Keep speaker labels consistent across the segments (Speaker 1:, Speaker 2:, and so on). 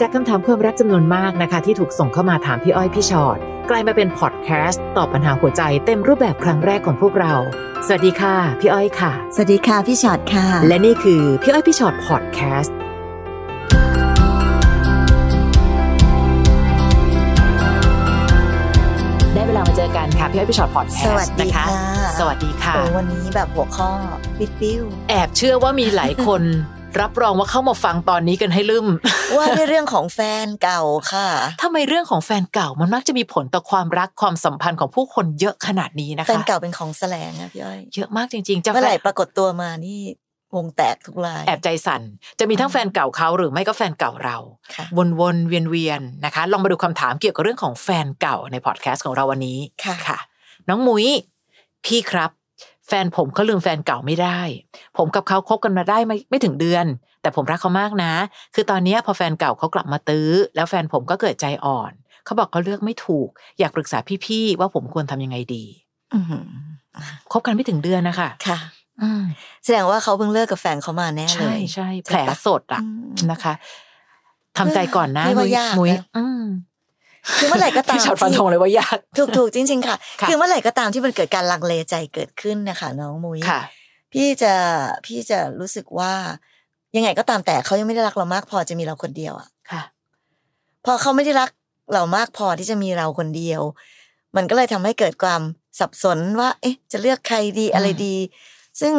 Speaker 1: จากคำถามความรักจำนวนมากนะคะ ที่ถูกส่งเข้ามาถามพี่อ้อยพี่ชอ็อตกลายมาเป็นพอดแคสต์ตอบปัญหาหัวใจเต็มรูปแบบครั้งแรกของพวกเรา สวัสดีค่ะ พี่อ้อยค่ะ
Speaker 2: สวัสดีค่ะ พี่ชอตค่ะ
Speaker 1: และนี่คือพี่อ้อยพี่ชอ็อตพอดแคสต์ได้เวลามาเจอกันค่ะพี่อ้อยพี่ชอ็อตพอดแค
Speaker 2: ส
Speaker 1: ส
Speaker 2: วัส
Speaker 1: ต์
Speaker 2: ดี
Speaker 1: นะคะ
Speaker 2: ค่ะ
Speaker 1: สวัสดีค่ะ
Speaker 2: โอ้วันนี้แบบหัวข้อปิ๊วปิ้ว
Speaker 1: แอบเชื่อว่ามีหลายคน รับรองว่าเข้ามาฟังตอนนี้กันให้ลืม
Speaker 2: ว่าด้วยเรื่องของแฟนเก่าค่ะ
Speaker 1: ทำไมเรื่องของแฟนเก่ามันมักจะมีผลต่อความรักความสัมพันธ์ของผู้คนเยอะขนาดนี้นะคะ
Speaker 2: แฟนเก่าเป็นของแสลงนะพี่อ้อย
Speaker 1: เยอะมากจริงๆจะ
Speaker 2: เมื่อไหร่
Speaker 1: แฟน
Speaker 2: ปรากฏตัวมานี่วงแตกทุกราย
Speaker 1: แอบใจสั่น จะมีทั้งแฟนเก่าเขาหรือไม่ก็แฟนเก่าเรา
Speaker 2: ค่ะ
Speaker 1: วนๆเวียนๆนะคะ ลองมาดูคำถามเกี่ยวกับเรื่องของแฟนเก่าในพอดแคสต์ของเราวันนี้
Speaker 2: ค่ะ
Speaker 1: ค่ะ น้องมุย้ยพี่ครับ แฟนผมเขาลืมแฟนเก่าไม่ได้ ผมกับเขาคบกันมาได้ไม่ไม่ถึงเดือน แต่ผมรักเขามากนะ คือตอนเนี้ยพอแฟนเก่าเขากลับมาตื้อ แล้วแฟนผมก็เกิดใจอ่อน เขาบอกเขาเลือกไม่ถูก อยากปรึกษาพี่ๆว่าผมควรทำยังไงดี
Speaker 2: อื้อหือ
Speaker 1: คบกันไม่ถึงเดือนนะคะ
Speaker 2: ค่ะ
Speaker 1: อืม
Speaker 2: แสดงว่าเขาเพิ่งเลิกกับแฟนเขามาแน่เล
Speaker 1: ใช่
Speaker 2: ย
Speaker 1: ใช่
Speaker 2: ใช่ปะ
Speaker 1: แผลสดอะ
Speaker 2: อืม
Speaker 1: นะคะทำใจก่อนนะ
Speaker 2: พี่ว่า
Speaker 1: มุ้ย
Speaker 2: ยาก
Speaker 1: มุ้ย
Speaker 2: นะ
Speaker 1: อืม
Speaker 2: คือเมื่อไหร่ก็ตาม
Speaker 1: พี่ช็อตฟันธงเลยว่ายาก
Speaker 2: ถูกถูกๆจริง ๆ ค่ะ
Speaker 1: ค่ะ
Speaker 2: คือเมื่อไหร่ก็ตามที่มันเกิดการลังเลใจเกิดขึ้นนะคะน้องมุ้ย
Speaker 1: ค่ะ
Speaker 2: พี่จะพี่จะรู้สึกว่ายังไงก็ตามแต่เขายังไม่ได้รักเรามากพอจะมีเราคนเดียวอะ
Speaker 1: ค่ะ
Speaker 2: พอเขาไม่ได้รักเรามากพอที่จะมีเราคนเดียว มันก็เลยทำให้เกิดความสับสนว่า เอ๊ะ จะเลือกใครดีอะไรดี ซึ่ง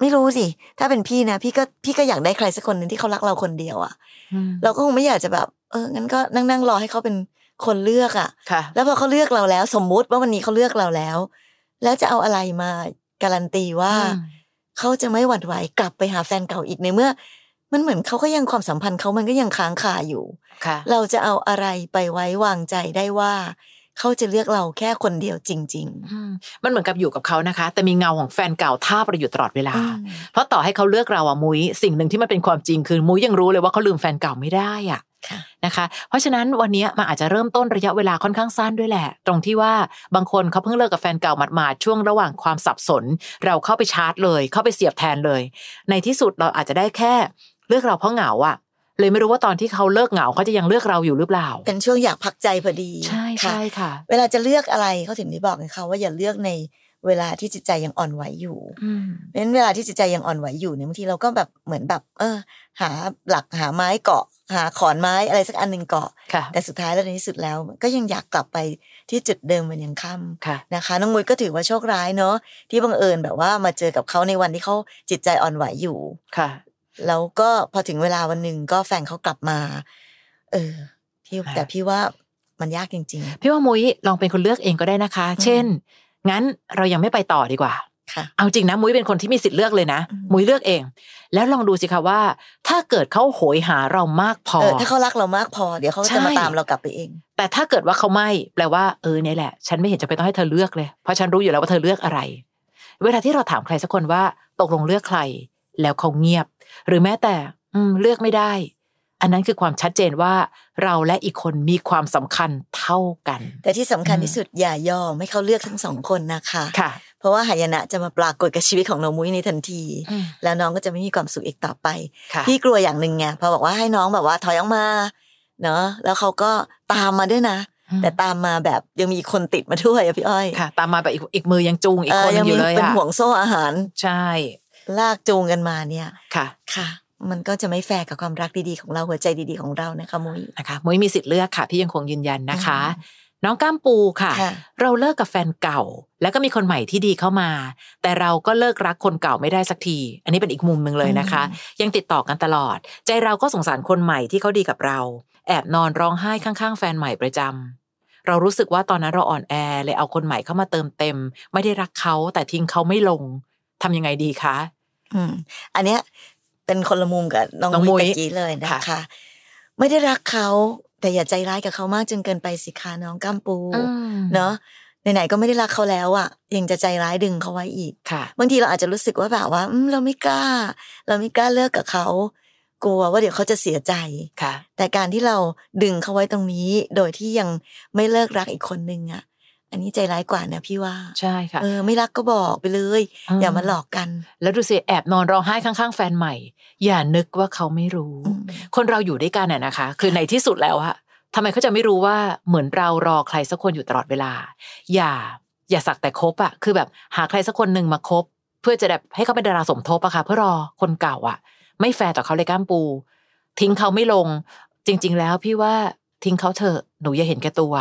Speaker 2: ไม่รู้สิถ้าเป็นพี่นะพี่ก็พี่ก็อยากได้ใครสักคนหนึ่งที่เขารักเราคนเดียวอะเราก็คงไม่อยากจะแบบ เอองั้นก็นั่งนั่งรอให้เขาเป็นคนเลือกอะ
Speaker 1: ค่ะ
Speaker 2: แล้วพอเขาเลือกเราแล้ว สมมุติว่าวันนี้เขาเลือกเราแล้ว แล้วจะเอาอะไรมาการันตีว่า เขาจะไม่หวั่นไหวกลับไปหาแฟนเก่าอีกในเมื่อ มันเหมือนเขาก็ยังความสัมพันธ์เขามันก็ยังค้างคาอยู่
Speaker 1: ค่ะ
Speaker 2: เราจะเอาอะไรไปไว้วางใจได้ว่า เขาจะเลือกเราแค่คนเดียวจริง
Speaker 1: มันเหมือนกับอยู่กับเขานะคะ แต่มีเงาของแฟนเก่าท่าบเราอยู่ตลอดเว
Speaker 2: ๆ
Speaker 1: ลา
Speaker 2: อืม
Speaker 1: เพราะต่อให้เขาเลือกเราอะมุ้ย สิ่งหนึ่งที่มันเป็นความจริงคือมุ้ยยังรู้เลยว่าเขาลืมแฟนเก่าไม่ได้อะ
Speaker 2: ค่ะ
Speaker 1: นะคะ เพราะฉะนั้นวันนี้มันอาจจะเริ่มต้นระยะเวลาค่อนข้างสั้นด้วยแหละ ตรงที่ว่าบางคนเขาเพิ่งเลิกกับแฟนเก่าหมาดๆช่วงระหว่างความสับสน เราเข้าไปชาร์จเลย เข้าไปเสียบแทนเลย ในที่สุดเราอาจจะได้แค่ เลือกเราเพราะเหงาอะเลยไม่รู้ว่าตอนที่เขาเลิกเหงาเขาจะยังเลือกเราอยู่หรือเปล่า
Speaker 2: เป็นช่วงอยากพักใจพอดี
Speaker 1: ใช่
Speaker 2: ค่ะ
Speaker 1: ใช่ค่ะ
Speaker 2: เวลาจะเลือกอะไรเขาถึงได้บอกไงคะว่าอย่าเลือกในเวลาที่จิตใจยังอ่อนไหวอยู่
Speaker 1: อืม
Speaker 2: เพราะฉะนั้นเวลาที่จิตใจยังอ่อนไหวอยู่เนี่ยบางทีเราก็แบบเหมือนแบบ เออ หาหลักหาไม้เกาะ หาขอนไม้อะไรสักอันหนึ่งเกาะ
Speaker 1: ค่ะ
Speaker 2: แต่สุดท้ายแล้วในที่สุดแล้ว ก็ยังอยากกลับไปที่จุดเดิมเหมันยังค่ำ
Speaker 1: ค่ะ
Speaker 2: นะคะน้องมุ้ยก็ถือว่าโชคร้ายเนาะที่บังเอิญแบบว่ามาเจอกับเขาในวันที่เขาจิตใจอ่อนไหวอยู่
Speaker 1: ค่ะ
Speaker 2: แล้วก็พอถึงเวลาวันหนึ่งก็แฟนเขากลับมา เออพี่
Speaker 1: ค่ะ
Speaker 2: แต่พี่ว่ามันยากจริง
Speaker 1: พี่ว่ามุ้ยลองเป็นคนเลือกเองก็ได้นะคะ เช่น งั้นเรายังไม่ไปต่อดีกว่า
Speaker 2: ๆ ค่ะ
Speaker 1: เอาจริงนะ มุ้ยเป็นคนที่มีสิทธิ์เลือกเลยนะ
Speaker 2: อืม
Speaker 1: มุ้ยเลือกเอง แล้วลองดูสิคะว่า ถ้าเกิดเขาโหยหาเรามากพอ
Speaker 2: เออถ้าเขารักเรามากพอเดี๋ยวเขา
Speaker 1: ใช่
Speaker 2: จะมาตามเรากลับไปเอง
Speaker 1: แต่ถ้าเกิดว่าเขาไม่แปลว่าเออเนี่ยแหละ ฉันไม่เห็นจะไปนต้องให้เธอเลือกเลย เพราะฉันรู้อยู่แล้วว่าเธอเลือกอะไร เวลาที่เราถามใครสักคนว่าตกลงเลือกใคร แล้วเขาเงียบ หรือแม้แต่อืมเลือกไม่ได้ อันนั้นคือความชัดเจนว่า เราและอีกคนมีความสำคัญเท่ากัน
Speaker 2: แต่ที่สำคัญ
Speaker 1: อืม
Speaker 2: ที่สุดอย่ายอมให้เขาเลือกทั้งสองคนนะคะ
Speaker 1: ค่ะ
Speaker 2: เพราะว่าหายนะจะมาปรากฏกับชีวิตของน้องมุ้ยในทันที แล้วน้องก็จะไม่มีความสุขอีกต่อไป
Speaker 1: ค่ะ
Speaker 2: พี่กลัวอย่างหนึ่งไงพอบอกว่าให้น้องแบบว่าถอยออกมาเนาะแล้วเขาก็ตามมาด้วยนะ แต่ตามมาแบบยังมีอีกคนติดมาด้วยอะพี่อ้อย
Speaker 1: ค่ะ ตามมาแบบอีกอีกมือยังจูงอีก
Speaker 2: เอ
Speaker 1: ค
Speaker 2: อน
Speaker 1: ห
Speaker 2: ยั
Speaker 1: นึ่งอ
Speaker 2: มี
Speaker 1: ยู่เลย
Speaker 2: เป็น
Speaker 1: อะ
Speaker 2: ห่วงโซ่อาหาร
Speaker 1: ใช่
Speaker 2: ลากจูงกันมาเนี่ย
Speaker 1: ค่ะ
Speaker 2: ค่ะ มันก็จะไม่แฟร์กับความรักดีๆของเราหัวใจดีๆของเรานะคะมุ้ย
Speaker 1: นะคะมุ้ยมีสิทธิ์เลือกค่ะ พี่ยังคงยืนยันนะคะ น้องก้ามปูค่ะ
Speaker 2: ค่ะ
Speaker 1: เราเลิกกับแฟนเก่า แล้วก็มีคนใหม่ที่ดีเข้ามา แต่เราก็เลิกรักคนเก่าไม่ได้สักที อันนี้เป็นอีกมุมหนึ่งเลยนะคะ ยังติดต่อกันตลอด ใจเราก็สงสารคนใหม่ที่เขาดีกับเรา แอบนอนร้องไห้ข้างๆ แฟนใหม่ประจำเรารู้สึกว่าตอนนั้นเราอ่อนแอเลยเอาคนใหม่เข้ามาเติมเต็ม ไม่ได้รักเขาแต่ทิ้งเขาไม่ลงทำยังไงดีคะ
Speaker 2: อืมอันเนี้ยเป็นคนละมุมกับน้อง
Speaker 1: น้องมุ้
Speaker 2: มุ้ย
Speaker 1: ย
Speaker 2: ตะกี้เลยนะ
Speaker 1: ค่ะ
Speaker 2: คะ ไม่ได้รักเขาแต่อย่าใจร้ายกับเขามากจนเกินไปสิคะน้องกัมปูเนาะไหนๆก็ไม่ได้รักเขาแล้วอ่ะ ยังจะใจร้ายดึงเขาไว้อีก
Speaker 1: ค่ะ
Speaker 2: บางทีเราอาจจะรู้สึกว่าแบบว่าอืมเราไม่กล้า เราไม่กล้าเลิกกับเขา กลัวว่าเดี๋ยวเขาจะเสียใจ
Speaker 1: ค่ะ
Speaker 2: แต่การที่เราดึงเขาไว้ตรงนี้ โดยที่ยังไม่เลิกรักอีกคนนึงอะ อันนี้ใจร้ายกว่านะพี่ว่า
Speaker 1: ใช่ค่ะ
Speaker 2: เออ ไม่รักก็บอกไปเลย อย่ามาหลอกกัน
Speaker 1: แล้วดูสิแอบนอนร้องไห้ข้างๆ แฟนใหม่ อย่านึกว่าเขาไม่รู้
Speaker 2: อืม
Speaker 1: คนเราอยู่ด้วยกันน่ะนะคะ คือในที่สุดแล้วอะทำไมเขาจะไม่รู้ว่าเหมือนเรารอใครสักคนอยู่ตลอดเวลา อย่า อย่าสักแต่คบอะคือแบบหาใครสักคนหนึ่งมาคบ เพื่อจะแบบให้เขาเป็นดาราสมทบอะค่ะ เพื่อรอคนเก่าอะไม่แฟร์ต่อเขาเลยก้ามปู ทิ้งเขาไม่ลง จริง ๆ แล้วพี่ว่าทิ้งเขาเถอะหนูอย่าเห็นแก่ตัว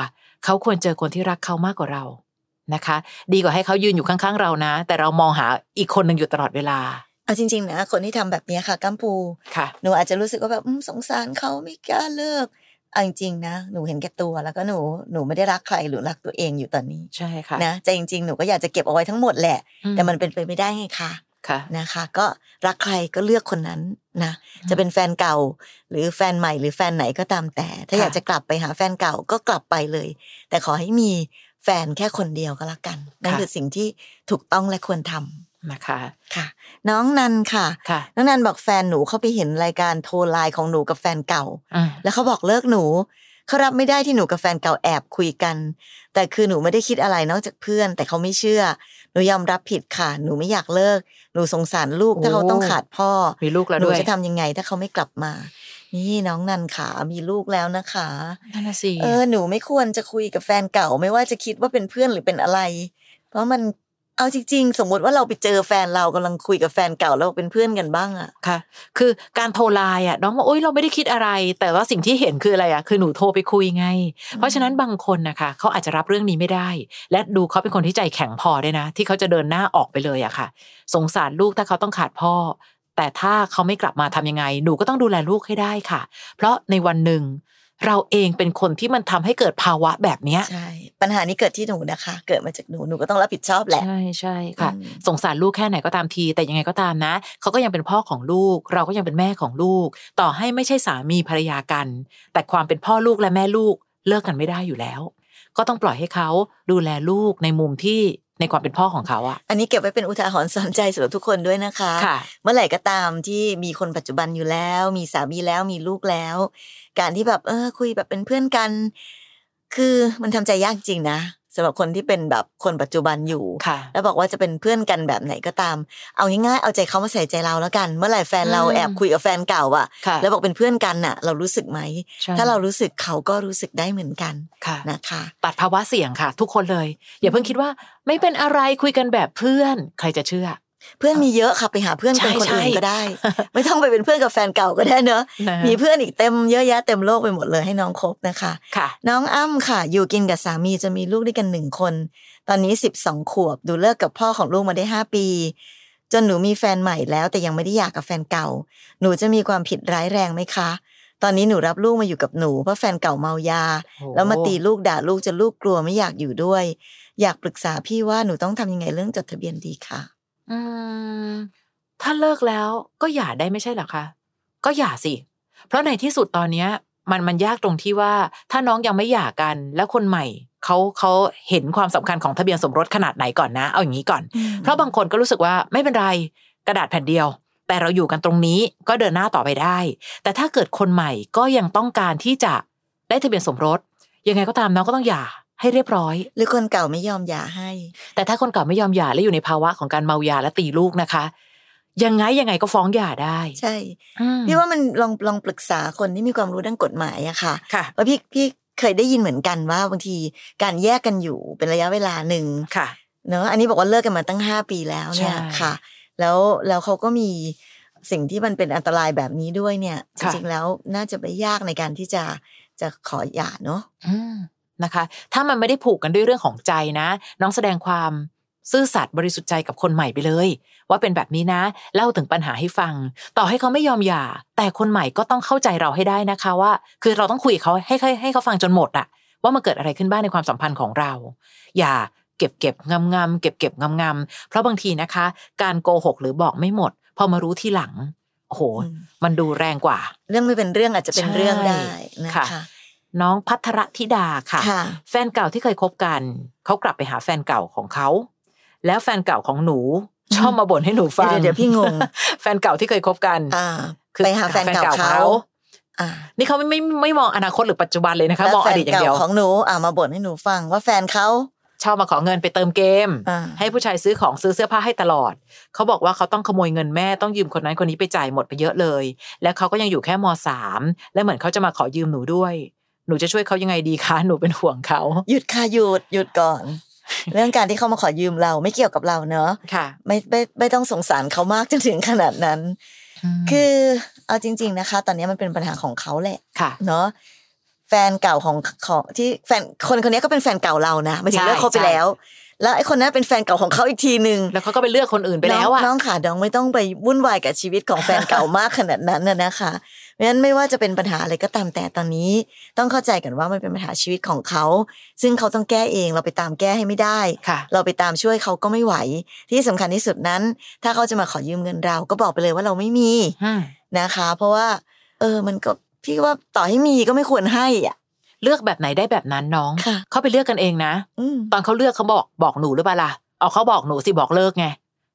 Speaker 1: เขาควรเจอคนที่รักเขามากกว่าเรานะคะ ดีกว่าให้เขายืนอยู่ข้างๆเรานะ แต่เรามองหาอีกคนหนึ่งอยู่ตลอดเวลา
Speaker 2: เอาจริง ๆ นะ คนที่ทำแบบเนี้ยค่ะกัมพู
Speaker 1: ค่ะ
Speaker 2: หนูอาจจะรู้สึกว่าแบบอืมสงสารเขาไม่กล้าเลิกเอาจริงๆนะ หนูเห็นแก่ตัวแล้วก็หนูหนูไม่ได้รักใครหรือรักตัวเองอยู่ตอนนี้
Speaker 1: ใช่ค่ะ
Speaker 2: นะใจจริง ๆ หนูก็อยากจะเก็บเอาไว้ทั้งหมดแหละ
Speaker 1: อื
Speaker 2: แต่มันเป็นไปไม่ได้ไงคะ
Speaker 1: ค่ะ
Speaker 2: นะคะ ก็รักใครก็เลือกคนนั้นนะจะเป็นแฟนเก่า หรือแฟนใหม่หรือแฟนไหนก็ตามแต่ ถ้า
Speaker 1: ค่ะ
Speaker 2: อยากจะกลับไปหาแฟนเก่าก็กลับไปเลย แต่ขอให้มีแฟนแค่คนเดียวก็แล้วกันนั่นคือสิ่งที่ถูกต้องและควรทำ
Speaker 1: นะคะ
Speaker 2: ค่ะ น้องนันค่ะ
Speaker 1: ค่ะ
Speaker 2: น้องนันบอกแฟนหนูเข้าไปเห็นรายการโทรไลน์ของหนูกับแฟนเก่า
Speaker 1: อืม
Speaker 2: แล้วเขาบอกเลิกหนูเขารับไม่ได้ที่หนูกับแฟนเก่าแอบคุยกัน แต่คือหนูไม่ได้คิดอะไรนอกจากเพื่อน แต่เขาไม่เชื่อ หนูยอมรับผิดค่ะ หนูไม่อยากเลิก หนูสงสารลูกถ้าเขาต้องขาดพ่อ
Speaker 1: มีลูกแล้ว
Speaker 2: หนู
Speaker 1: ด้วย
Speaker 2: จะทำยังไงถ้าเขาไม่กลับมา นี่น้องนันขามีลูกแล้วนะคะ
Speaker 1: นั่นน่ะสิ
Speaker 2: เออหนูไม่ควรจะคุยกับแฟนเก่า ไม่ว่าจะคิดว่าเป็นเพื่อนหรือเป็นอะไร เพราะมันเอาจริงๆ สมมติว่าเราไปเจอแฟนเรากำลังคุยกับแฟนเก่าแล้วเป็นเพื่อนกันบ้างอะ
Speaker 1: ค่ะ คือการโทรไลน์อ่ะน้องบอกโอ๊ยเราไม่ได้คิดอะไร แต่ว่าสิ่งที่เห็นคืออะไรอ่ะคือหนูโทรไปคุยไง เพราะฉะนั้นบางคนนะคะเขาอาจจะรับเรื่องนี้ไม่ได้ และดูเขาเป็นคนที่ใจแข็งพอด้วยนะ ที่เขาจะเดินหน้าออกไปเลยอะค่ะ สงสารลูกถ้าเขาต้องขาดพ่อ แต่ถ้าเขาไม่กลับมาทำยังไง หนูก็ต้องดูแลลูกให้ได้ค่ะ เพราะในวันหนึ่ง เราเองเป็นคนที่มันทำให้เกิดภาวะแบบเนี้ย
Speaker 2: ใช่ ปัญหานี้เกิดที่หนูนะคะ เกิดมาจากหนู หนูก็ต้องรับผิดชอบแหละ
Speaker 1: ใช่ใช่ค่ะ
Speaker 2: อืม
Speaker 1: สงสารลูกแค่ไหนก็ตามที แต่ยังไงก็ตามนะเขาก็ยังเป็นพ่อของลูก เราก็ยังเป็นแม่ของลูก ต่อให้ไม่ใช่สามีภรรยากัน แต่ความเป็นพ่อลูกและแม่ลูกเลิกกันไม่ได้อยู่แล้ว ก็ต้องปล่อยให้เขาดูแลลูกในมุมที่ในความเป็นพ่อของเขาอะ
Speaker 2: อันนี้เก็บไว้เป็นอุทาหรณ์สอนใจสำหรับทุกคนด้วยนะคะ
Speaker 1: ค่ะ
Speaker 2: เมื่อไหร่ก็ตามที่มีคนปัจจุบันอยู่แล้ว มีสามีแล้วมีลูกแล้ว การที่แบบเออคุยแบบเป็นเพื่อนกัน คือมันทำใจยากจริงนะสำหรับคนที่เป็นแบบคนปัจจุบันอยู่
Speaker 1: ค่ะ
Speaker 2: แล้วบอกว่าจะเป็นเพื่อนกันแบบไหนก็ตาม เอาง่ายๆเอาใจเขามาใส่ใจเราแล้วกัน เมื่อไหร่แฟนเรา
Speaker 1: อืม
Speaker 2: แอบคุยกับแฟนเก่าอะ
Speaker 1: ค่ะ
Speaker 2: แล้วบอกเป็นเพื่อนกันน่ะ เรารู้สึกไหม
Speaker 1: ใช่
Speaker 2: ถ้าเรารู้สึกเขาก็รู้สึกได้เหมือนกัน
Speaker 1: ค่ะ
Speaker 2: นะคะ
Speaker 1: ตัดภาวะเสี่ยงค่ะ ทุกคนเลย อย่าเพิ่งคิดว่าไม่เป็นอะไรคุยกันแบบเพื่อน ใครจะเชื่อ
Speaker 2: เพื่อนมีเยอะค่ะไปหาเพื่อนเป็น
Speaker 1: ใช่
Speaker 2: คนอื่น
Speaker 1: ใช่
Speaker 2: ก็ได้ ไม่ต้องไปเป็นเพื่อนกับแฟนเก่าก็ได้เนอะ
Speaker 1: นะ
Speaker 2: มีเพื่อนอีกเต็มเยอะแยะเต็มโลกไปหมดเลยให้น้องครบนะคะ
Speaker 1: ค่ะ
Speaker 2: น้องอ้ำค่ะ อยู่กินกับสามีจะมีลูกด้วยกันหนึ่งคน ตอนนี้สิบสองขวบดูเลิกกับพ่อของลูกมาได้ห้าปี จนหนูมีแฟนใหม่แล้ว แต่ยังไม่ได้หย่ากกับแฟนเก่า หนูจะมีความผิดร้ายแรงไหมคะ ตอนนี้หนูรับลูกมาอยู่กับหนูเพราะแฟนเก่าเมายา แล้วมาตีลูกด่าลูกจนลูกกลัวไม่อยากอยู่ด้วย อยากปรึกษาพี่ว่าหนูต้องทำยังไงเรื่องจดทะเบียนดีค่ะ
Speaker 1: อืมถ้าเลิกแล้วก็หย่าได้ไม่ใช่เหรอคะ ก็หย่าสิ เพราะในที่สุดตอนเนี้ย มันมันยากตรงที่ว่า ถ้าน้องยังไม่หย่ากัน แล้วคนใหม่เขาเขาเห็นความสำคัญของทะเบียนสมรสขนาดไหนก่อนนะ เอาอย่างนี้ก่อน เพราะบางคนก็รู้สึกว่าไม่เป็นไรกระดาษแผ่นเดียว แต่เราอยู่กันตรงนี้ก็เดินหน้าต่อไปได้ แต่ถ้าเกิดคนใหม่ก็ยังต้องการที่จะได้ทะเบียนสมรสยังไงก็ตามน้องก็ต้องหย่าให้เรียบร้อย
Speaker 2: หรือคนเก่าไม่ยอมหย่าให้
Speaker 1: แต่ถ้าคนเก่าไม่ยอมหย่าและอยู่ในภาวะของการเมายาและตีลูกนะคะ ยังไงยังไงก็ฟ้องหย่าได้
Speaker 2: ใช่
Speaker 1: อืม
Speaker 2: พี่ว่ามันลองลองปรึกษาคนที่มีความรู้ด้านกฎหมายอะค่ะ
Speaker 1: ค่ะ
Speaker 2: เพราะพี่พี่เคยได้ยินเหมือนกันว่าบางทีการแยกกันอยู่เป็นระยะเวลาหนึ่ง
Speaker 1: ค่ะ
Speaker 2: เนอะอันนี้บอกว่าเลิกกันมาตั้งห้าปีแล้วเนี่ย
Speaker 1: ใช่
Speaker 2: ค่ะ แล้วแล้วเขาก็มีสิ่งที่มันเป็นอันตรายแบบนี้ด้วยเนี่ย จ
Speaker 1: ค่ะ
Speaker 2: ริงๆแล้วน่าจะไม่ยากในการที่จะจะขอหย่าเนอะ
Speaker 1: อืมนะคะ ถ้ามันไม่ได้ผูกกันด้วยเรื่องของใจนะ น้องแสดงความซื่อสัตย์บริสุทธิ์ใจกับคนใหม่ไปเลย ว่าเป็นแบบนี้นะ เล่าถึงปัญหาให้ฟัง ต่อให้เขาไม่ยอมหย่า แต่คนใหม่ก็ต้องเข้าใจเราให้ได้นะคะว่า คือเราต้องคุยกับเขาให้ให้ให้เขาฟังจนหมดอะว่ามันเกิดอะไรขึ้นบ้างในความสัมพันธ์ของเรา อย่าเก็บเก็บงำงำเก็บเก็บงำงำๆเพราะบางทีนะคะ การโกหกหรือบอกไม่หมด พอมารู้ทีหลังโอ้โห
Speaker 2: อืม
Speaker 1: มันดูแรงกว่า
Speaker 2: เรื่องไม่เป็นเรื่องอาจจะเป็น
Speaker 1: ใช่
Speaker 2: เรื่องได้นะ
Speaker 1: ค่ะ
Speaker 2: คะ
Speaker 1: น้องพัทรธิดาค่ะ
Speaker 2: ค่ะ
Speaker 1: แฟนเก่าที่เคยคบกัน เขากลับไปหาแฟนเก่าของเขา แล้วแฟนเก่าของหนู ชอบมาบ่นให้หนูฟัง
Speaker 2: เดี๋ยวเดี๋ยวพี่งง
Speaker 1: แฟนเก่าที่เคยคบกัน
Speaker 2: อ่า
Speaker 1: คือ
Speaker 2: ไปหาแฟนเก่าเขาอ่า
Speaker 1: นี่เขาไม่ไม่ไม่มองอนาคตหรือปัจจุบันเลยนะคะ
Speaker 2: แล้ว
Speaker 1: มอง
Speaker 2: แฟ
Speaker 1: อน ดีตอย่าง
Speaker 2: เก่า
Speaker 1: เดียว
Speaker 2: ของหนูอ่ามาบ่นให้หนูฟังว่าแฟนเขา
Speaker 1: ชอบมาขอเงินไปเติมเกม
Speaker 2: อ่า
Speaker 1: ให้ผู้ชายซื้อของซื้อเสื้อผ้าให้ตลอด เขาบอกว่าเขาต้องขโมยเงินแม่ต้องยืมคนนั้นคนนี้ไปจ่ายหมดไปเยอะเลย แล้วเขาก็ยังอยู่แค่มสามและเหมือนเขาจะมาขอยืมหนูด้วย หนูจะช่วยเขายังไงดีคะหนูเป็นห่วงเขา
Speaker 2: หยุดค่ะหยุดหยุดก่อน เรื่องการที่เขามาขอยืมเราไม่เกี่ยวกับเราเนอะ
Speaker 1: ค่ะ
Speaker 2: ไม่ไม่ไม่ต้องสงสารเขามากจนถึงขนาดนั้น คือเอาจริง ๆนะคะ ตอนนี้มันเป็นปัญหาของเขาแหละ
Speaker 1: ค่ะ
Speaker 2: เนาะแฟนเก่าของของที่แฟนคนคนนี้ก็เป็นแฟนเก่าเรานะหมายถึงเลิกคบไป
Speaker 1: ใช่
Speaker 2: แล้ว แล้วไอ้คนนั้นเป็นแฟนเก่าของเขาอีกทีหนึ่ง
Speaker 1: แล้วเขาก็ไปเลือกคนอื่นไปแล้วอะ
Speaker 2: น้องน้องขาดองไม่ต้องไปวุ่นวายกับชีวิตของแฟนเก่ามากขนาดนั้นนะนะคะ เพราะฉะนั้นไม่ว่าจะเป็นปัญหาอะไรก็ตามแต่ตอนนี้ ต้องเข้าใจกันว่ามันเป็นปัญหาชีวิตของเขา ซึ่งเขาต้องแก้เองเราไปตามแก้ให้ไม่ได้
Speaker 1: ค่ะ
Speaker 2: เราไปตามช่วยเขาก็ไม่ไหว ที่สำคัญที่สุดนั้น ถ้าเขาจะมาขอยืมเงินเรา ก็บอกไปเลยว่าเราไม่มี นะคะ เพราะว่า เออมันก็พี่ว่าต่อให้มีก็ไม่ควรให้อ่ะ
Speaker 1: เลือกแบบไหนได้แบบนั้นน้อง
Speaker 2: ค่ะ
Speaker 1: เขาไปเลือกกันเองนะ
Speaker 2: อืม
Speaker 1: ตอนเขาเลือกเขาบอกบอกหนูหรือเปล่าล่ะเอาเขาบอกหนูสิบอกเลิกไง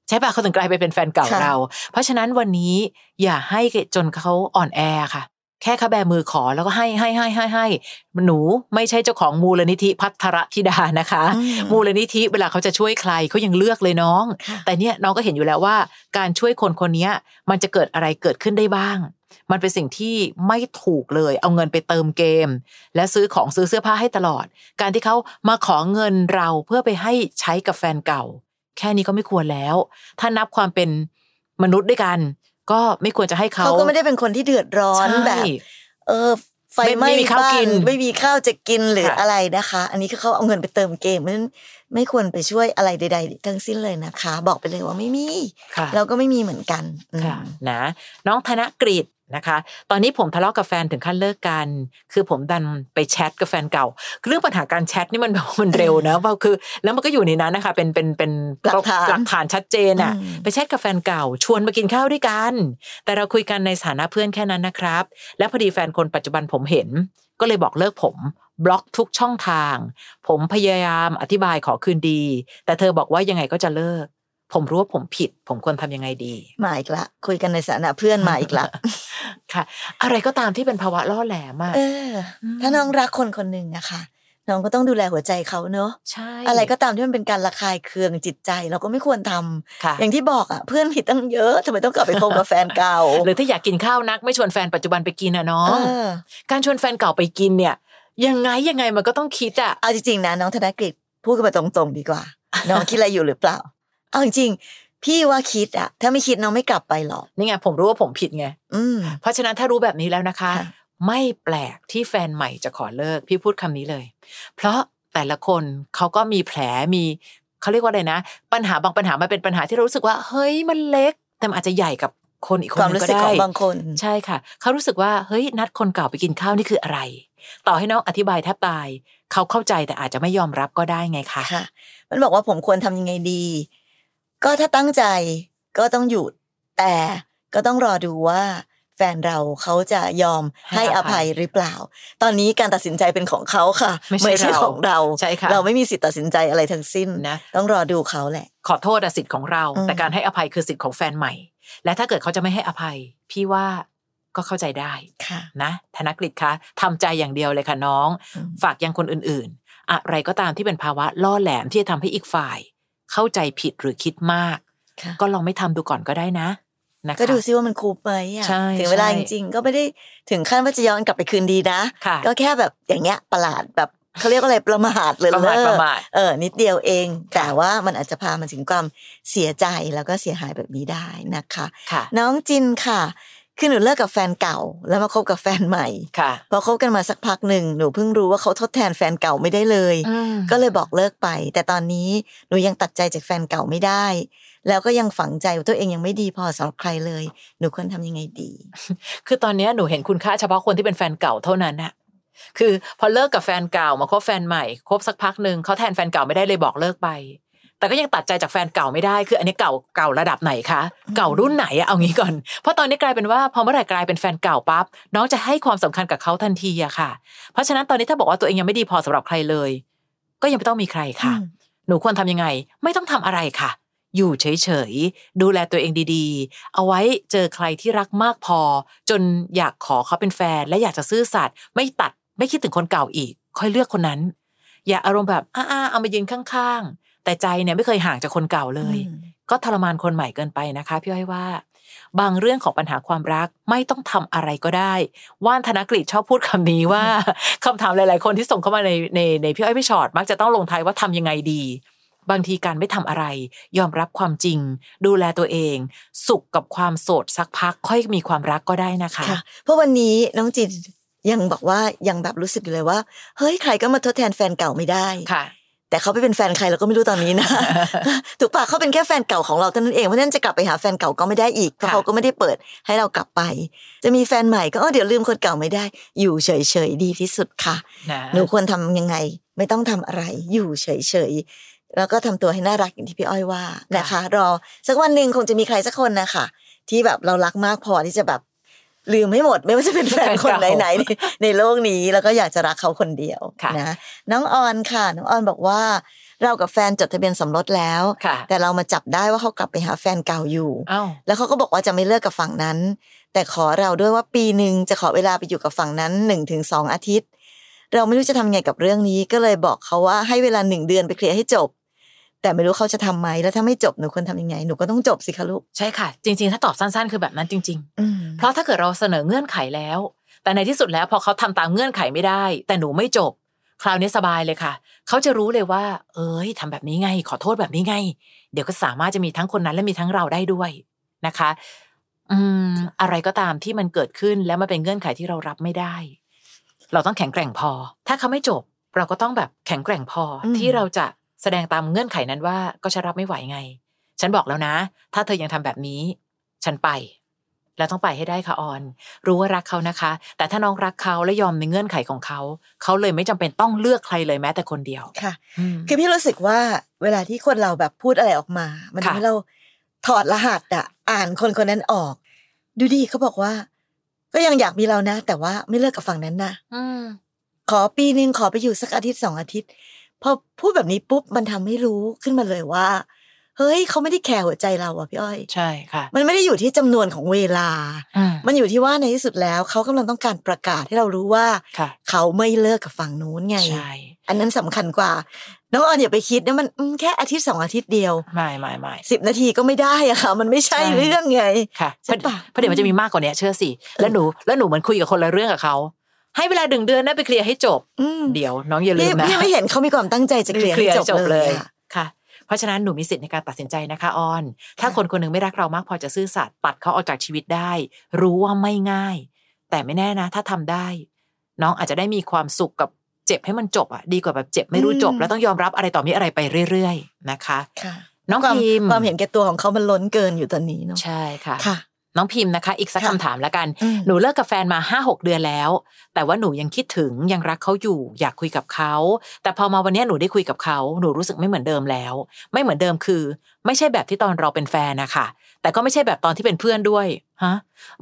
Speaker 1: ใช่ป่ะเขาถึงกลายไปเป็นแฟนเก่าเรา เพราะฉะนั้นวันนี้อย่าให้จนเขาอ่อนแอค่ะ แค่เขาแบมือขอแล้วก็ให้ให้ให้ให้ให้หนูไม่ใช่เจ้าของมูลนิธิพัทรธิดานะคะ
Speaker 2: อื
Speaker 1: มูลนิธิเวลาเขาจะช่วยใครเขายังเลือกเลยน้อง
Speaker 2: ค่ะ
Speaker 1: แต่เนี่ยน้องก็เห็นอยู่แล้วว่า การช่วยคนคนเนี้ยมันจะเกิดอะไรเกิดขึ้นได้บ้าง มันเป็นสิ่งที่ไม่ถูกเลย เอาเงินไปเติมเกม และซื้อของซื้อเสื้อผ้าให้ตลอด การที่เขามาขอเงินเราเพื่อไปให้ใช้กับแฟนเก่า แค่นี้ก็ไม่ควรแล้ว ถ้านับความเป็นมนุษย์ด้วยกัน ก็ไม่ควรจะให้เขา
Speaker 2: เขาก็ไม่ได้เป็นคนที่เดือดร้อน
Speaker 1: ใช่
Speaker 2: แบบ เออ ไฟไหม้
Speaker 1: ไม่ไม่มีข้าว
Speaker 2: บ้
Speaker 1: กิน
Speaker 2: ไม่มีข้าวจะกินหรือ
Speaker 1: ค่ะ
Speaker 2: อะไรนะคะ อันนี้คือเขาเอาเงินไปเติมเกมเพราะฉะนั้นไม่ควรไปช่วยอะไรใด ๆ ทั้งสิ้นเลยนะคะ บอกไปเลยว่าไม่มี
Speaker 1: ค่ะ
Speaker 2: เราก็ไม่มีเหมือนกันอืม
Speaker 1: ค่ะนะน้องธนกฤษนะคะ ตอนนี้ผมทะเลาะกับแฟนถึงขั้นเลิกกัน คือผมดันไปแชทกับแฟนเก่า เรื่องปัญหาการแชทนี่มันแบบมันเร็วนะเพราะคือ แล้วมันก็อยู่ในนั้นนะคะ เป็นเป็นเป็น
Speaker 2: หลักฐาน
Speaker 1: หลักฐานชัดเจนอ่ะ ไปแชทกับแฟนเก่า ชวนมากินข้าวด้วยกัน แต่เราคุยกันในฐานะเพื่อนแค่นั้นนะครับ และพอดีแฟนคนปัจจุบันผมเห็น ก็เลยบอกเลิกผม บล็อกทุกช่องทาง ผมพยายามอธิบายขอคืนดี แต่เธอบอกว่ายังไงก็จะเลิก ผมรู้ว่าผมผิด ผมควรทำยังไงดี
Speaker 2: มาอีกละคุยกันในสถานะเพื่อน มาอีกละ
Speaker 1: ค่ะ อะไรก็ตามที่เป็นภาวะล่อแหลมอะ
Speaker 2: เออ ถ้าน้องรักคนคนหนึ่งอะค่ะ น้องก็ต้องดูแลหัวใจเขาเนอะ
Speaker 1: ใช่
Speaker 2: อะไรก็ตามที่มันเป็นการระคายเคืองจิตใจเราก็ไม่ควรทำ
Speaker 1: ค่ะ
Speaker 2: อย่างที่บอกอ่ะเพื่อนผิดตั้งเยอะทำไมต้องกลับไปคบกับแฟนเก่า
Speaker 1: หรือถ้าอยากกินข้าวนัก ไม่ชวนแฟนปัจจุบันไปกินอะน้อ
Speaker 2: เอง อ
Speaker 1: การชวนแฟนเก่าไปกินเนี่ย ยังไงยังไงมันก็ต้องคิดอะ
Speaker 2: เอาจริงๆนะน้องธนกฤษพูดกันมาตรงๆดีกว่า น้องคิดอะไรอยู่หรือเปล่า เอาจริงๆพี่ว่าคิดอ่ะ ถ้าไม่คิดน้องไม่กลับไปหรอก
Speaker 1: นี่ไงผมรู้ว่าผมผิดไง
Speaker 2: อืม
Speaker 1: เพราะฉะนั้นถ้ารู้แบบนี้แล้วนะคะ
Speaker 2: ค่ะ
Speaker 1: ไม่แปลกที่แฟนใหม่จะขอเลิก พี่พูดคำนี้เลย เพราะแต่ละคนเขาก็มีแผลมีเขาเรียกว่าอะไรนะ ปัญหาบางปัญหามันเป็นปัญหาที่เรารู้สึกว่า เฮ้ยมันเล็ก แต่มันอาจจะใหญ่กับคนอีกค
Speaker 2: คน วาม
Speaker 1: หนึ่ง
Speaker 2: รู้
Speaker 1: ก็
Speaker 2: สึก
Speaker 1: ได้
Speaker 2: ของบางคน
Speaker 1: ใช่ค่ะ เขารู้สึกว่าเฮ้ยนัดคนเก่าไปกินข้าวนี่คืออะไร ต่อให้น้องอธิบายแทบตาย เขาเข้าใจแต่อาจจะไม่ยอมรับก็ได้ไงคะ
Speaker 2: ค่ะ มันบอกว่าผมควรทำยังไงดี ก็ถ้าตั้งใจก็ต้องหยุด แต่ก็ต้องรอดูว่า แฟนเราเขาจะยอมให้อภัยหรือเปล่า ตอนนี้การตัดสินใจเป็นของเขาค่ะของเรา
Speaker 1: ใช่ค่ะ
Speaker 2: เราไม่มีสิทธิ์ตัดสินใจอะไรทั้งสิ้น
Speaker 1: นะ
Speaker 2: ต้องรอดูเขาแหละ
Speaker 1: ขอโทษอะสิทธิ์ของเรา
Speaker 2: อืม
Speaker 1: แต่การให้อภัยคือสิทธิ์ของแฟนใหม่ และถ้าเกิดเขาจะไม่ให้อภัย พี่ว่าก็เข้าใจได้
Speaker 2: ค่ะ
Speaker 1: นะธนกฤษคะทำใจอย่างเดียวเลยค่ะน้อง
Speaker 2: อืม
Speaker 1: ฝากยังคนอื่นๆ อะไรก็ตามที่เป็นภาวะล่อแหลมที่จะทำให้อีกฝ่าย เข้าใจผิดหรือคิดมาก
Speaker 2: ค่ะ
Speaker 1: ก็ลองไม่ทำดูก่อนก็ได้นะนะคะ
Speaker 2: ก็ดูซิว่ามันคูปไหมอะ
Speaker 1: ใช่
Speaker 2: ถึงเวลา
Speaker 1: ใช่
Speaker 2: จริงๆก็ไม่ได้ถึงขั้นว่าจะย้อนกลับไปคืนดีนะ
Speaker 1: ค่ะ
Speaker 2: ก็แค่แบบอย่างเงี้ยประหลาดแบบเขาเรียกว่าอะไรประมาทเลย
Speaker 1: ประมาท
Speaker 2: เลิศ
Speaker 1: ประมาท
Speaker 2: เออนิดเดียวเอง แต่ว่ามันอาจจะพามันถึงความเสียใจแล้วก็เสียหายแบบนี้ได้นะคะ
Speaker 1: ค่ะ
Speaker 2: น้องจินค่ะคือหนูเลิกกับแฟนเก่า แล้วมาคบกับแฟนใหม่
Speaker 1: ค่ะ
Speaker 2: พอคบกันมาสักพักหนึ่งหนูเพิ่งรู้ว่าเขาทดแทนแฟนเก่าไม่ได้เลย ก็เลยบอกเลิกไป แต่ตอนนี้หนูยังตัดใจจากแฟนเก่าไม่ได้ แล้วก็ยังฝังใจว่าตัวเองยังไม่ดีพอสำหรับใครเลย หนูควรทำยังไงดี
Speaker 1: คือตอนเนี้ยหนูเห็นคุณค่าเฉพาะคนที่เป็นแฟนเก่าเท่านั้นอะคือพอเลิกกับแฟนเก่ามาคบแฟนใหม่คบสักพักหนึ่งเขาแทนแฟนเก่าไม่ได้เลยบอกเลิกไป แต่ก็ยังตัดใจจากแฟนเก่าไม่ได้คืออันนี้เก่าเก่าระดับไหนคะ
Speaker 2: อืม
Speaker 1: เก่ารุ่นไหนอะเอางี้ก่อน เพราะตอนนี้กลายเป็นว่าพอเมื่อไหร่กลายเป็นแฟนเก่าปั๊บน้องจะให้ความสำคัญกับเขาทันทีอะค่ะ เพราะฉะนั้นตอนนี้ถ้าบอกว่าตัวเองยังไม่ดีพอสำหรับใครเลย ก็ยังไม่ต้องมีใครค่ะ หนูควรทำยังไง ไม่ต้องทำอะไรค่ะ อยู่เฉยๆ ดูแลตัวเองดีๆ เอาไว้เจอใครที่รักมากพอ จนอยากขอเขาเป็นแฟน และอยากจะซื่อสัตย์ไม่ตัดไม่คิดถึงคนเก่าอีก ค่อยเลือกคนนั้น อย่าอารมณ์แบบอ้าๆเอามายืนข้างๆ แต่ใจเนี่ยไม่เคยห่างจากคนเก่าเลย
Speaker 2: อืม
Speaker 1: ก็ทรมานคนใหม่เกินไปนะคะพี่อ้อยว่า บางเรื่องของปัญหาความรักไม่ต้องทำอะไรก็ได้ ว่านธนกฤษชอบพูดคำนี้ว่า คำถามหลาย ๆ คนที่ส่งเข้ามาในในในพี่อ้อยพี่ชอตมักจะต้องลงท้ายว่าทำยังไงดี บางทีการไม่ทำอะไร ยอมรับความจริง ดูแลตัวเอง สุขกับความโสดสักพักค่อยมีความรักก็ได้นะคะ
Speaker 2: ค่ะ เพราะวันนี้น้องจินยังบอกว่ายังแบบรู้สึกอยู่เลยว่า เฮ้ยใครก็มาทดแทนแฟนเก่าไม่ได้
Speaker 1: ค่ะ
Speaker 2: แต่เขาไปเป็นแฟนใครเราก็ไม่รู้ตอนนี้นะ ถูกปะเขาเป็นแค่แฟนเก่าของเราเท่านั้นเองเพราะฉะนั้นจะกลับไปหาแฟนเก่าก็ไม่ได้อีกเพราะ
Speaker 1: ค่ะ
Speaker 2: เขาก็ไม่ได้เปิดให้เรากลับไป จะมีแฟนใหม่ก็เออเดี๋ยวลืมคนเก่าไม่ได้ อยู่เฉยๆดีที่สุดค่ะ
Speaker 1: นะ
Speaker 2: หนูควรทำยังไง ไม่ต้องทำอะไร อยู่เฉยๆแล้วก็ทำตัวให้น่ารักอย่างที่พี่อ้อยว่านะคะ รอสักวันหนึ่งคงจะมีใครสักคนนะคะที่แบบเรารักมากพอที่จะแบบลืมให้หมด ไม่ว่าจะเป็นแฟนคนไหน ๆในในโลกนี้ แล้วก็อยากจะรักเขาคนเดียวนะน้องออนค่ะ น้องออนบอกว่า เรากับแฟนจดทะเบียนสมรสแล้ว
Speaker 1: ค่ะ
Speaker 2: แต่เรามาจับได้ว่าเขากลับไปหาแฟนเก่าอยู่
Speaker 1: อ้าว
Speaker 2: แล้วเขาก็บอกว่าจะไม่เลิกกับฝั่งนั้น แต่ขอเราด้วยว่าปีหนึ่งจะขอเวลาไปอยู่กับฝั่งนั้นหนึ่งถึงสองอาทิตย์ เราไม่รู้จะทำยังไงกับเรื่องนี้ ก็เลยบอกเขาว่าให้เวลาหนึ่งเดือนไปเคลียร์ให้จบ แต่ไม่รู้เขาจะทำไหมแล้วถ้าไม่จบหนูควรทำยังไงหนูก็ต้องจบสิคะลูก
Speaker 1: ใช่ค่ะ จริง ๆ ถ้าตอบสั้น ๆ คือแบบนั้นจริง ๆ
Speaker 2: อืม
Speaker 1: เพราะถ้าเกิดเราเสนอเงื่อนไขแล้ว แต่ในที่สุดแล้วพอเขาทำตามเงื่อนไขไม่ได้ แต่หนูไม่จบ คราวนี้สบายเลยค่ะ เขาจะรู้เลยว่า เอ้ยทำแบบนี้ไง ขอโทษแบบนี้ไง เดี๋ยวก็สามารถจะมีทั้งคนนั้นและมีทั้งเราได้ด้วยนะคะ อืม อะไรก็ตามที่มันเกิดขึ้นแล้วมันเป็นเงื่อนไขที่เรารับไม่ได้ เราต้องแข็งแกร่งพอ ถ้าเขาไม่จบ เราก็ต้องแบบแข็งแกร่งพออที่เราจะแสดงตามเงื่อนไขนั้นว่า ก็ฉันรับไม่ไหวไง ฉันบอกแล้วนะ ถ้าเธอยังทำแบบนี้ ฉันไป แล้วต้องไปให้ได้ค่ะออน รู้ว่ารักเขานะคะ แต่ถ้าน้องรักเขาและยอมในเงื่อนไขของเขา เขาเลยไม่จำเป็นต้องเลือกใครเลยแม้แต่คนเดียว
Speaker 2: ค่ะ
Speaker 1: อืม
Speaker 2: คือพี่รู้สึกว่าเวลาที่คนเราแบบพูดอะไรออกมา มัน
Speaker 1: ค่ะ
Speaker 2: ทำให้เราถอดรหัสอะอ่านคนคนนั้นออก ดูดีเขาบอกว่า ก็ยังอยากมีเรานะ แต่ว่าไม่เลิกกับฝั่งนั้นนะ
Speaker 1: อืม
Speaker 2: ขอปีหนึ่งขอไปอยู่สักอาทิตย์สองอาทิตย์ พอพูดแบบนี้ปุ๊บมันทำให้รู้ขึ้นมาเลยว่า เฮ้ยเขาไม่ได้แคร์หัวใจเราอะพี่อ้อย
Speaker 1: ใช่ค่ะ
Speaker 2: มันไม่ได้อยู่ที่จำนวนของเวลา
Speaker 1: อืม
Speaker 2: มันอยู่ที่ว่าในที่สุดแล้วเขากำลังต้องการประกาศให้เรารู้ว่า
Speaker 1: ค่ะ
Speaker 2: เขาไม่เลิกกับฝั่งนู้นไง
Speaker 1: ใช่
Speaker 2: อันนั้นสำคัญกว่าน้องออนอย่าไปคิดนะมันอืมแค่อาทิตย์สองอาทิตย์เดียว
Speaker 1: ไม่ไม่ไม่
Speaker 2: สิบนาทีก็ไม่ได้อะค่ะ มันไม่ใช่
Speaker 1: ใช่
Speaker 2: เรื่องไง
Speaker 1: ค่ะ
Speaker 2: ใช่ปะ
Speaker 1: เพราะเดี๋ยวมันจะมีมากกว่าเนี้ยเชื่อสิแล้วหนูแล้วหนูเหมือนคุยกับคนละเรื่องกับเขาให้เวลาดึงเดือนนะไปเคลียร์ให้จบ
Speaker 2: อืม
Speaker 1: เดี๋ยวน้องอย่าลื
Speaker 2: พี่
Speaker 1: มนะ
Speaker 2: พี่ไม่เห็นเขามีความตั้งใจจะเคลียร์ให้จบเลยอะ
Speaker 1: ค่ะ เพราะฉะนั้นหนูมีสิทธิ์ในการตัดสินใจนะคะออน ถ้าคนคนหนึงไม่รักเรามากพอจะซื่อสัตย์ปัดเขาออกจากชีวิตได้ รู้ว่าไม่ง่าย แต่ไม่แน่นะ ถ้าทำได้ น้องอาจจะได้มีความสุขกับเจ็บให้มันจบอ่ะดีกว่าแบบเจ็บไม่รู้จบ
Speaker 2: อืม
Speaker 1: แล้วต้องยอมรับอะไรต่อมีอะไรไปเรื่อย ๆ นะคะ
Speaker 2: ค่ะ
Speaker 1: น้อง
Speaker 2: ความ
Speaker 1: พิมพ์
Speaker 2: ความเห็นแก่ตัวของเขามันล้นเกินอยู่ตอนนี้เนาะ
Speaker 1: ใช่ค่ะ
Speaker 2: ค่ะ
Speaker 1: น้องพิมพ์นะคะ อีกสัก
Speaker 2: ค่ะ
Speaker 1: คำถามละกัน
Speaker 2: อืม
Speaker 1: หนูเลิกกับแฟนมาห้าหกเดือนแล้ว แต่ว่าหนูยังคิดถึงยังรักเขาอยู่ อยากคุยกับเขา แต่พอมาวันเนี้ยหนูได้คุยกับเขาหนูรู้สึกไม่เหมือนเดิมแล้ว ไม่เหมือนเดิมคือ ไม่ใช่แบบที่ตอนเราเป็นแฟนนะคะแต่ก็ไม่ใช่แบบตอนที่เป็นเพื่อนด้วยฮะ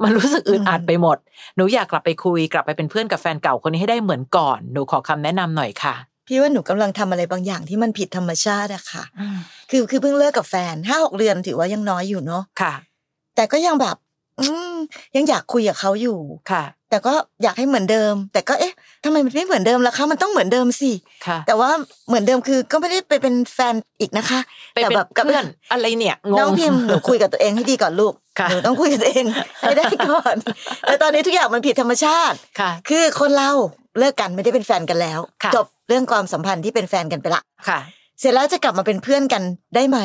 Speaker 1: มันรู้สึกอึดอัด
Speaker 2: อืม
Speaker 1: ไปหมด หนูอยากกลับไปคุยกลับไปเป็นเพื่อนกับแฟนเก่าคนนี้ให้ได้เหมือนก่อน หนูขอคำแนะนำหน่อยค่ะ
Speaker 2: พี่ว่าหนูกำลังทำอะไรบางอย่างที่มันผิดธรรมชาติอะค่ะ คือคือเพิ่งเลิกกับแฟนห้าหกเดือนถือว่ายังน้อยอยู่เนาะ
Speaker 1: ค่ะ
Speaker 2: แต่ก็ยังแบบ อืมยังอยากคุยกับเขาอยู่
Speaker 1: ค่ะ
Speaker 2: แต่ก็อยากให้เหมือนเดิม แต่ก็เอ๊ะทำไมมันไม่เหมือนเดิมล่ะคะ มันต้องเหมือนเดิมสิ
Speaker 1: ค่ะ
Speaker 2: แต่ว่าเหมือนเดิมคือก็ไม่ได้ไปเป็นแฟนอีกนะคะ
Speaker 1: ไป
Speaker 2: แต่
Speaker 1: เป็น
Speaker 2: แบบกับ
Speaker 1: เพื่อนอะไรเนี่ยงง
Speaker 2: น้องพิมพ์หนูคุยกับตัวเองให้ดีก่อนลูก
Speaker 1: ค่ะ
Speaker 2: หนูต้องคุยกับตัวเอง ให้ได้ก่อน แล้วตอนนี้ทุกอย่างมันผิดธรรมชาติ
Speaker 1: ค่ะ
Speaker 2: คือคนเราเลิกกันไม่ได้เป็นแฟนกันแล้ว
Speaker 1: ค่ะ
Speaker 2: จบเรื่องความสัมพันธ์ที่เป็นแฟนกันไปละ
Speaker 1: ค่ะ
Speaker 2: เสร็จแล้วจะกลับมาเป็นเพื่อนกันได้ไหม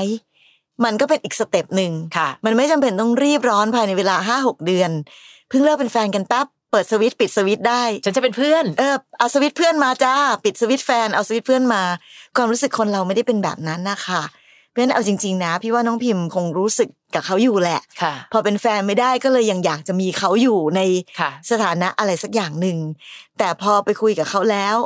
Speaker 2: มันก็เป็นอีกสเต็ปหนึ่ง
Speaker 1: ค่ะ
Speaker 2: มันไม่จำเป็นต้องรีบร้อนภายในเวลาห้าหกเดือน เพิ่งเลิกเป็นแฟนกันแป๊บ เปิดสวิตช์ปิดสวิตช์ได้
Speaker 1: ฉันจะเป็นเพื่อน
Speaker 2: เออ เอาสวิตช์เพื่อนมาจ้า ปิดสวิตช์แฟน เอาสวิตช์เพื่อนมา ความรู้สึกคนเราไม่ได้เป็นแบบนั้นนะคะเพราะฉะนั้นเอาจริง ๆ นะ พี่ว่าน้องพิมพ์คงรู้สึกกับเขาอยู่แหละ
Speaker 1: ค่ะ
Speaker 2: พอเป็นแฟนไม่ได้ก็เลยยังอยากจะมีเขาอยู่ใน
Speaker 1: ค่ะ
Speaker 2: สถานะอะไรสักอย่างหนึ่ง แต่พอไปคุยกับเขาแล้ว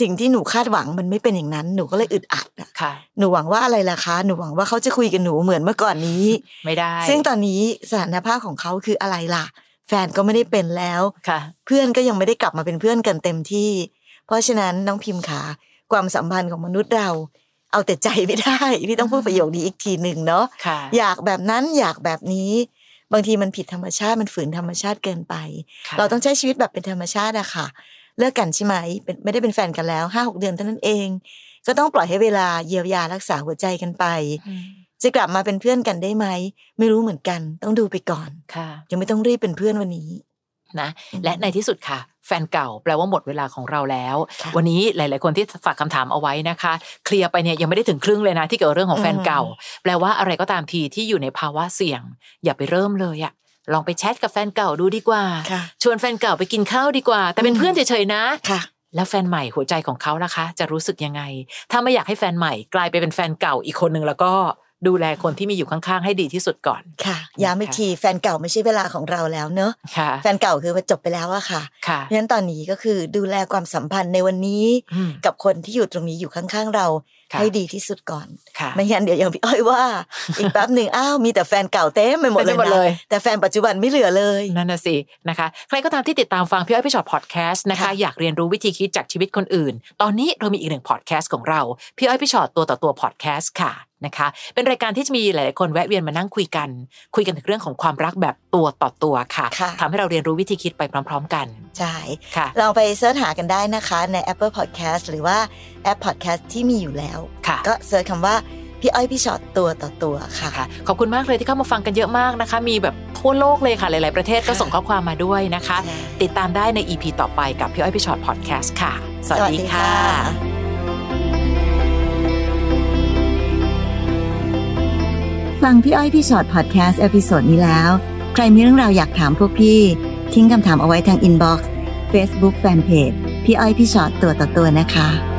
Speaker 2: สิ่งที่หนูคาดหวังมันไม่เป็นอย่างนั้น หนูก็เลยอึดอัดอะ
Speaker 1: ค่ะ
Speaker 2: หนูหวังว่าอะไรล่ะคะ หนูหวังว่าเขาจะคุยกับหนูเหมือนเมื่อก่อนนี้
Speaker 1: ไม่ได้
Speaker 2: ซึ่งตอนนี้สถานภาพของเขาคืออะไรล่ะ แฟนก็ไม่ได้เป็นแล้ว
Speaker 1: ค่ะ
Speaker 2: เพื่อนก็ยังไม่ได้กลับมาเป็นเพื่อนกันเต็มที่ เพราะฉะนั้นน้องพิมพ์ขาความสัมพันธ์ของมนุษย์เรา เอาแต่ใจไม่ได้ พี่ต้องพูดประโยคนี้อีกทีหนึ่งเนาะ
Speaker 1: ค่ะ
Speaker 2: อยากแบบนั้นอยากแบบนี้ บางทีมันผิดธรรมชาติมันฝืนธรรมชาติเกินไป
Speaker 1: ค่ะ
Speaker 2: เราต้องใช้ชีวิตแบบเป็นธรรมชาติอะค่ะ เลิกกันใช่ไหมเป็นไม่ได้เป็นแฟนกันแล้วห้าหกเดือนเท่านั้นเอง ก็ต้องปล่อยให้เวลาเยียวยารักษาหัวใจกันไป จะกลับมาเป็นเพื่อนกันได้ไหม ไม่รู้เหมือนกัน ต้องดูไปก่อน
Speaker 1: ค่ะ
Speaker 2: ยังไม่ต้องรีบเป็นเพื่อนวันนี้
Speaker 1: นะและในที่สุดค่ะ แฟนเก่าแปลว่าหมดเวลาของเราแล้ว
Speaker 2: ค่ะ
Speaker 1: วันนี้หลาย ๆ คนที่ฝากคำถามเอาไว้นะคะ เคลียร์ไปเนี่ยยังไม่ได้ถึงครึ่งเลยนะ ที่เกี่ยวกับเรื่องของแฟนเก่า แปลว่าอะไรก็ตามทีที่อยู่ในภาวะเสี่ยง อย่าไปเริ่มเลยอะลองไปแชทกับแฟนเก่าดูดีกว่า
Speaker 2: ค่ะ
Speaker 1: ชวนแฟนเก่าไปกินข้าวดีกว่า แต่เป็น
Speaker 2: อืม
Speaker 1: เพื่อนเฉย ๆ นะ
Speaker 2: ค่ะ
Speaker 1: แล้วแฟนใหม่หัวใจของเขาล่ะคะ จะรู้สึกยังไง ถ้าไม่อยากให้แฟนใหม่กลายไปเป็นแฟนเก่าอีกคนหนึ่งแล้วก็ดูแลคนที่มีอยู่ข้างๆให้ดีที่สุดก่อน
Speaker 2: ค่ะย้ำอีกทีแฟนเก่าไม่ใช่เวลาของเราแล้วเนอะ
Speaker 1: ค่ะ
Speaker 2: แฟนเก่าคือว่าจบไปแล้วอะค่ะ
Speaker 1: ค่ะ
Speaker 2: เพราะฉะนั้นตอนนี้ก็คือดูแลความสัมพันธ์ในวันนี้
Speaker 1: อืม
Speaker 2: กับคนที่อยู่ตรงนี้อยู่ข้างๆเรา
Speaker 1: ค่ะ
Speaker 2: ให้ดีที่สุดก่อน
Speaker 1: ค่ะ
Speaker 2: ไม่งั้นเดี๋ยวอย่างพี่อ้อย ว่า อีกแป๊บหนึ่งอ้าวมีแต่แฟนเก่าเต็มไปหมดเล
Speaker 1: เต็ม
Speaker 2: ย
Speaker 1: ไปหมด
Speaker 2: นะ
Speaker 1: เลย
Speaker 2: แต่แฟนปัจจุบันไม่เหลือเลย
Speaker 1: นั่นน่ะสินะคะ ใครก็ตามที่ติดตามฟังพี่อ้อยพี่ชอตพอดแคสต์นะคะ
Speaker 2: ค่ะ
Speaker 1: อยากเรียนรู้วิธีคิดจากชีวิตคนอื่น ตอนนี้เรามีอีกหนึ่งพอดแคสต์ของเรา พี่อ้อยพี่ชอตตัวต่อตัวพอดแคสต์ค่ะนะคะ เป็นรายการที่จะมีหลาย ๆ คนแวะเวียนมานั่งคุยกัน คุยกันถึงเรื่องของความรักแบบตัวต่อตัวค่ะ
Speaker 2: ค่ะ
Speaker 1: ทำให้เราเรียนรู้วิธีคิดไปพร้อม ๆ กัน
Speaker 2: ใช่
Speaker 1: ค่ะ
Speaker 2: ลองไปเสิร์ชหากันได้นะคะใน Apple Podcast หรือว่าแอป Podcast ที่มีอยู่แล้ว
Speaker 1: ค่ะ
Speaker 2: ก็เสิร์ชคำว่าพี่อ้อยพี่ชอตตัวต่อตัวค่ะ
Speaker 1: ค่ะขอบคุณมากเลยที่เข้ามาฟังกันเยอะมากนะคะ มีแบบทั่วโลกเลยค่ะ หลาย ๆ ประเทศก็
Speaker 2: ค่ะ
Speaker 1: ส่งข้อความมาด้วยนะคะ
Speaker 2: ใช่
Speaker 1: ติดตามได้ใน EP ต่อไปกับพี่อ้อยพี่ชอตพอดแคสต์ค่ะ สวัสดีค่ะ
Speaker 2: ฟังพี่อ้อยพี่ชอตพอดแคสต์เอพิโซดนี้แล้ว ใครมีเรื่องราวอยากถามพวกพี่ ทิ้งคำถามเอาไว้ทางอินบ็อกซ์เฟซบุ๊กแฟนเพจพี่อ้อยพี่ชอตตัวต่อตัวนะคะ